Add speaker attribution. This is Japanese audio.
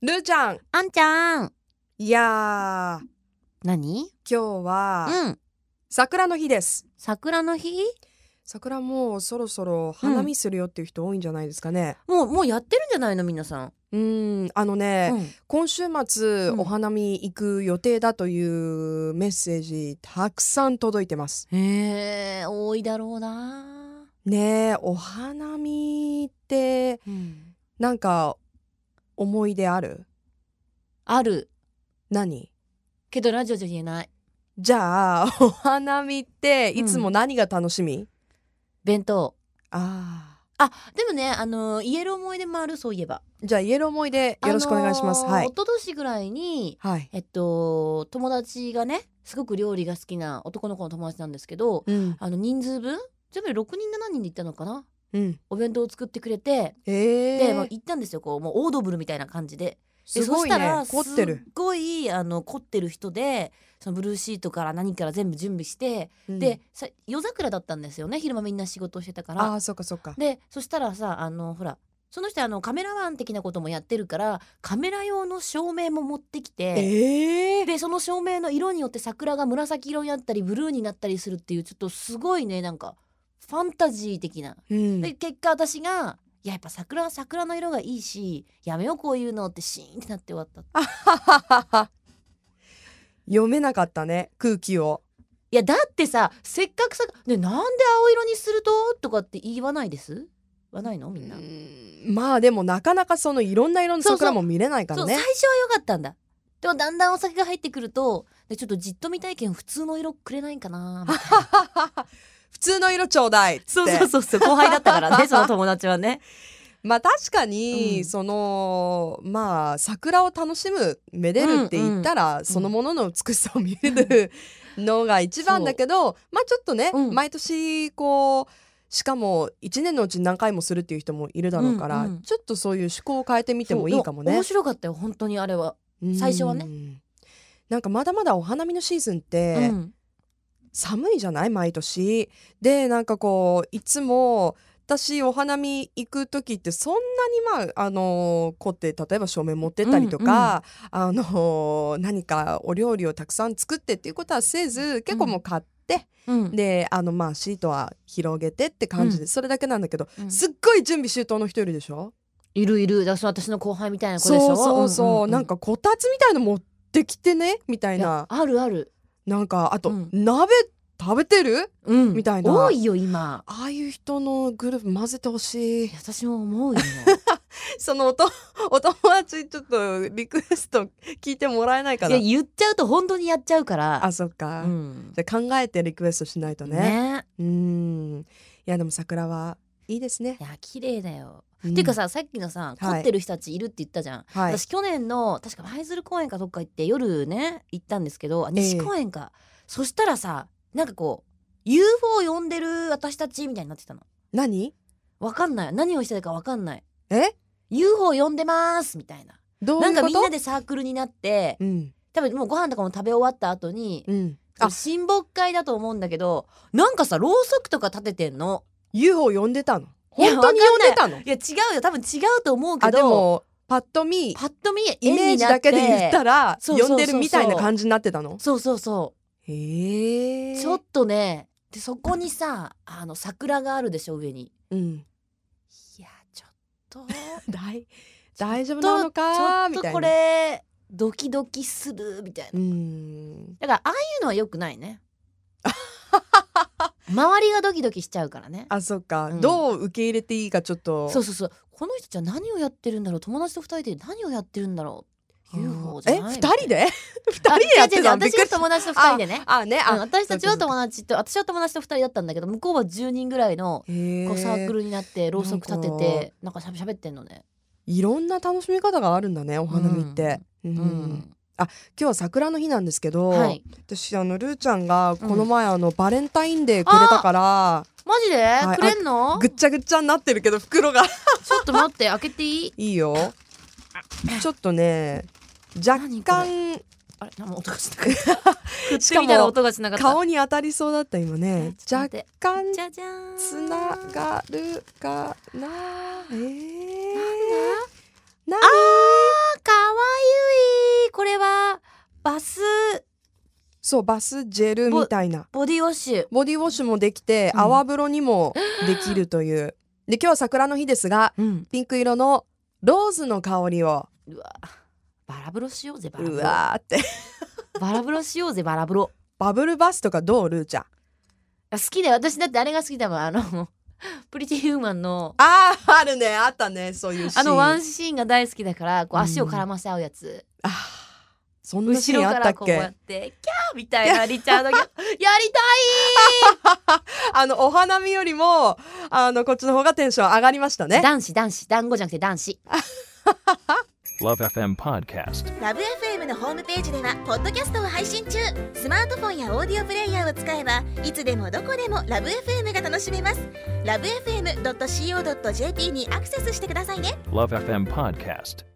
Speaker 1: るーちゃん
Speaker 2: あんちゃん
Speaker 1: いやー
Speaker 2: 何
Speaker 1: 今日は
Speaker 2: うん
Speaker 1: 桜の日です
Speaker 2: 桜の日
Speaker 1: 桜もうそろそろ花見するよっていう人多いんじゃないですかね
Speaker 2: もうもうやってるんじゃないの皆さん、
Speaker 1: うーんあのね、
Speaker 2: うん
Speaker 1: 今週末
Speaker 2: うん
Speaker 1: お花見行く予定だというメッセージたくさん届いてます
Speaker 2: へえ多いだろうな、
Speaker 1: ねえお花見って
Speaker 2: うん、
Speaker 1: なんか思い出ある
Speaker 2: ある
Speaker 1: 何
Speaker 2: けどラジオじゃ言えない
Speaker 1: じゃあお花見っていつも何が楽しみ、
Speaker 2: 弁当
Speaker 1: ああ
Speaker 2: あでもねあの言える思い出もあるそういえば
Speaker 1: じゃあイエロー思い出よろしくお願いします、
Speaker 2: あのー
Speaker 1: は
Speaker 2: 一
Speaker 1: い
Speaker 2: 昨年ぐらいに
Speaker 1: はい
Speaker 2: えっと友達がねすごく料理が好きな男の子の友達なんですけど
Speaker 1: うん
Speaker 2: あの人数分全部で6人7人で行ったのかな
Speaker 1: うん
Speaker 2: お弁当を作ってくれて
Speaker 1: え
Speaker 2: で、まあ
Speaker 1: ー、
Speaker 2: 行ったんですよこうもうオードブルみたいな感じです
Speaker 1: ごい
Speaker 2: でそした
Speaker 1: ね
Speaker 2: ら
Speaker 1: 凝って
Speaker 2: す
Speaker 1: る
Speaker 2: っ、ごいあの凝ってる人でそのブルーシートから何から全部準備して、
Speaker 1: うん
Speaker 2: でさ夜桜だったんですよね昼間みんな仕事をしてたか
Speaker 1: あ
Speaker 2: ら
Speaker 1: あそっかそっか
Speaker 2: でそしたらさあのほらその人あのカメラマン的なこともやってるからカメラ用の照明も持ってきて、
Speaker 1: ええー、
Speaker 2: でその照明の色によって桜が紫色になったりブルーになったりするっていうちょっとすごいねなんかファンタジー的な
Speaker 1: うん
Speaker 2: で結果私が「いややっぱ桜は桜の色がいいしやめようこういうの」ってシーンってなって終わったい
Speaker 1: 読めなかったね空気を
Speaker 2: やだってさせっかくさ「ねなんで青色にすると?」とかって言わないですはないのみんな、
Speaker 1: うんまあでもなかなかそのいろんな色の
Speaker 2: そうそう
Speaker 1: 桜も見れないか
Speaker 2: そ
Speaker 1: ら
Speaker 2: う
Speaker 1: ね
Speaker 2: 最初は良かったんだでもだんだんお酒が入ってくるとでちょっとじっと見たいけん普通の色くれないかなみたいな
Speaker 1: 普通の色ちょうだいって
Speaker 2: そうそうそうそう後輩だったから ねその友達はね
Speaker 1: まあ確かに、
Speaker 2: うん
Speaker 1: そのまあ桜を楽しむめでるって言ったら、そのものの美しさを見るのが一番だけどまあちょっとね、
Speaker 2: うん
Speaker 1: 毎年こうしかも1年のうちに何回もするっていう人もいるだろうから、
Speaker 2: うんうん
Speaker 1: ちょっとそういう趣向を変えてみてもいいかも
Speaker 2: そうで
Speaker 1: ね
Speaker 2: 面。白かったよ本当にあれは、
Speaker 1: うん
Speaker 2: 最初はね。
Speaker 1: なんかまだまだお花見のシーズンって、
Speaker 2: うん
Speaker 1: 寒いじゃない毎年でなんかこういつも私お花見行く時ってそんなにまああの凝って例えば照明持ってったりとか、あの何かお料理をたくさん作ってっていうことはせず結構もう買って、
Speaker 2: うん
Speaker 1: であのまあシートは広げてって感じで、
Speaker 2: う
Speaker 1: それだけなんだけど、
Speaker 2: うん
Speaker 1: すっごい準備周到の人いるでしょ、
Speaker 2: いるいるだからその私の後輩みたいな子でし
Speaker 1: そ
Speaker 2: ょ
Speaker 1: うそうそう,、
Speaker 2: んんん
Speaker 1: なんかこたつみたいの持ってきてねみたい
Speaker 2: いや
Speaker 1: な
Speaker 2: あるある、
Speaker 1: なんかあと、
Speaker 2: うん
Speaker 1: 鍋食べてる
Speaker 2: うん
Speaker 1: みたいな
Speaker 2: 多いよ今
Speaker 1: ああいう人のグループ混ぜてほしい
Speaker 2: い。や私も思 うよ
Speaker 1: そのお とお友達ちょっとリクエスト聞いてもらえないか
Speaker 2: い
Speaker 1: な
Speaker 2: や。言っちゃうと本当にやっちゃうから
Speaker 1: あ、そっか。
Speaker 2: うん
Speaker 1: じゃあ考えてリクエストしないとね。
Speaker 2: ね
Speaker 1: うーん。いやでも桜はいいですね
Speaker 2: い。や綺麗だよ、
Speaker 1: うん
Speaker 2: ていうか、ささっきのさ凝
Speaker 1: はい
Speaker 2: ってる人たちいるって言ったじゃん、
Speaker 1: はい。
Speaker 2: 私去年の確か舞鶴公園かどっか行って夜ね行ったんですけどあ西公園か、そしたらさなんかこう UFO 呼んでる私たちみたいになってたの
Speaker 1: 何？
Speaker 2: わかんない何をしてたかわかんない
Speaker 1: え？
Speaker 2: UFO 呼んでますみたいな
Speaker 1: どう
Speaker 2: ないん
Speaker 1: う
Speaker 2: か
Speaker 1: こと？
Speaker 2: みんなでサークルになって
Speaker 1: うん
Speaker 2: 多分もうご飯とかも食べ終わった後に、
Speaker 1: うん。
Speaker 2: そ
Speaker 1: あ
Speaker 2: の、親睦会だと思うんだけどなんかさろうそくとか立ててんの
Speaker 1: UFO 呼んでたの。
Speaker 2: いや
Speaker 1: 本当に呼んでたの？
Speaker 2: いや違うよ多分違うと思うけ
Speaker 1: あ
Speaker 2: ど
Speaker 1: でもパッと見
Speaker 2: パッと見
Speaker 1: イメ
Speaker 2: 絵
Speaker 1: ー
Speaker 2: に
Speaker 1: ジ
Speaker 2: な
Speaker 1: だ
Speaker 2: っ
Speaker 1: け
Speaker 2: て
Speaker 1: で言ったら
Speaker 2: そうそ
Speaker 1: 呼
Speaker 2: うそ
Speaker 1: ん
Speaker 2: うそう
Speaker 1: でるみたいな感じになってたの。
Speaker 2: そうそうそ
Speaker 1: へ
Speaker 2: う
Speaker 1: え。
Speaker 2: ちょっとねでそこにさあの桜があるでしょ上に
Speaker 1: うん。
Speaker 2: いやちょっ と
Speaker 1: 大大丈夫なの
Speaker 2: ち
Speaker 1: か
Speaker 2: ょ
Speaker 1: み
Speaker 2: っと
Speaker 1: たい
Speaker 2: こ
Speaker 1: な。
Speaker 2: れドキドキするみたいうな
Speaker 1: ーん
Speaker 2: だからああいうのは良くな いね周りがドキドキしちゃうからね
Speaker 1: あそっか、
Speaker 2: うん
Speaker 1: どう受け入れていいかちょっと
Speaker 2: そうそうそうこの人たちは何をやってるんだろう友達と二人で何をやってるんだろう UFO じゃ
Speaker 1: え
Speaker 2: ない
Speaker 1: 二人で二
Speaker 2: あ
Speaker 1: 人でやってた
Speaker 2: 違う違う
Speaker 1: のびっ
Speaker 2: 私
Speaker 1: くり
Speaker 2: は
Speaker 1: した
Speaker 2: 友達と二人でね
Speaker 1: あね
Speaker 2: うん
Speaker 1: あ、
Speaker 2: 私たちは友達と私は友達と二人だったんだけど向こうは10人ぐらいの
Speaker 1: へえ
Speaker 2: こうサークルになってろうそく立て
Speaker 1: なん
Speaker 2: てなんかしゃべしゃべってんのね。
Speaker 1: いろんな楽しみ方があるんだねお花見って、うん今
Speaker 2: う
Speaker 1: 日は桜の日なんですけど、
Speaker 2: ん、はい
Speaker 1: 私あのルーちゃんがこの前、あのバレンタインデーくれたから
Speaker 2: マジで、
Speaker 1: い
Speaker 2: くれんの
Speaker 1: ぐっちゃぐっちゃになってるけど袋が
Speaker 2: ちょっと待って開けていい
Speaker 1: いいよちょっとね若
Speaker 2: 何こ
Speaker 1: 干
Speaker 2: あれ何も音がしなかった
Speaker 1: しか
Speaker 2: みたいな
Speaker 1: も
Speaker 2: 音がしなかった
Speaker 1: 顔に当たりそうだった今ね
Speaker 2: ちょっ
Speaker 1: 若
Speaker 2: と待って
Speaker 1: 干
Speaker 2: じゃじゃーん
Speaker 1: つながるかなえー、なんだな
Speaker 2: あーかわ
Speaker 1: そうバスジェルみたいな
Speaker 2: ボディウォッシュ
Speaker 1: ボディウォッシュもできて
Speaker 2: うん
Speaker 1: 泡風呂にもできるという、で今日は桜の日ですが
Speaker 2: うん
Speaker 1: ピンク色のローズの香りを
Speaker 2: うわバラ風呂しようぜバラ
Speaker 1: う
Speaker 2: 風呂
Speaker 1: わーって
Speaker 2: バラ風呂しようぜバラ風呂
Speaker 1: バブルバスとかどうルーちゃん
Speaker 2: あ好きだよ私だってあれが好きだもんあの プリティヒューマンの
Speaker 1: あああるねあったねそういうシーン
Speaker 2: あのワンシーンが大好きだからこう
Speaker 1: うん
Speaker 2: 足を絡ませ合うやつ、
Speaker 1: あーそんなシ
Speaker 2: 後
Speaker 1: ー
Speaker 2: ろ
Speaker 1: ンあ
Speaker 2: か
Speaker 1: った
Speaker 2: ら
Speaker 1: っ
Speaker 2: こうやっ
Speaker 1: け
Speaker 2: てキャーみたいなリチャ ードギャやりた
Speaker 1: あのお花見よりもあのこっちの方がテンション上がりました
Speaker 2: い
Speaker 1: ね
Speaker 2: 男子男子団子じゃなくて男子
Speaker 3: Love FM Podcast.
Speaker 4: ラブ f m のホームページではポッドキャストを配信中スマートフォンやオーディオプレイヤーを使えばいつでもどこでもラブ f m が楽しめますラブ FM.co.jp にアクセスしてくださいね
Speaker 3: Love FM Podcast.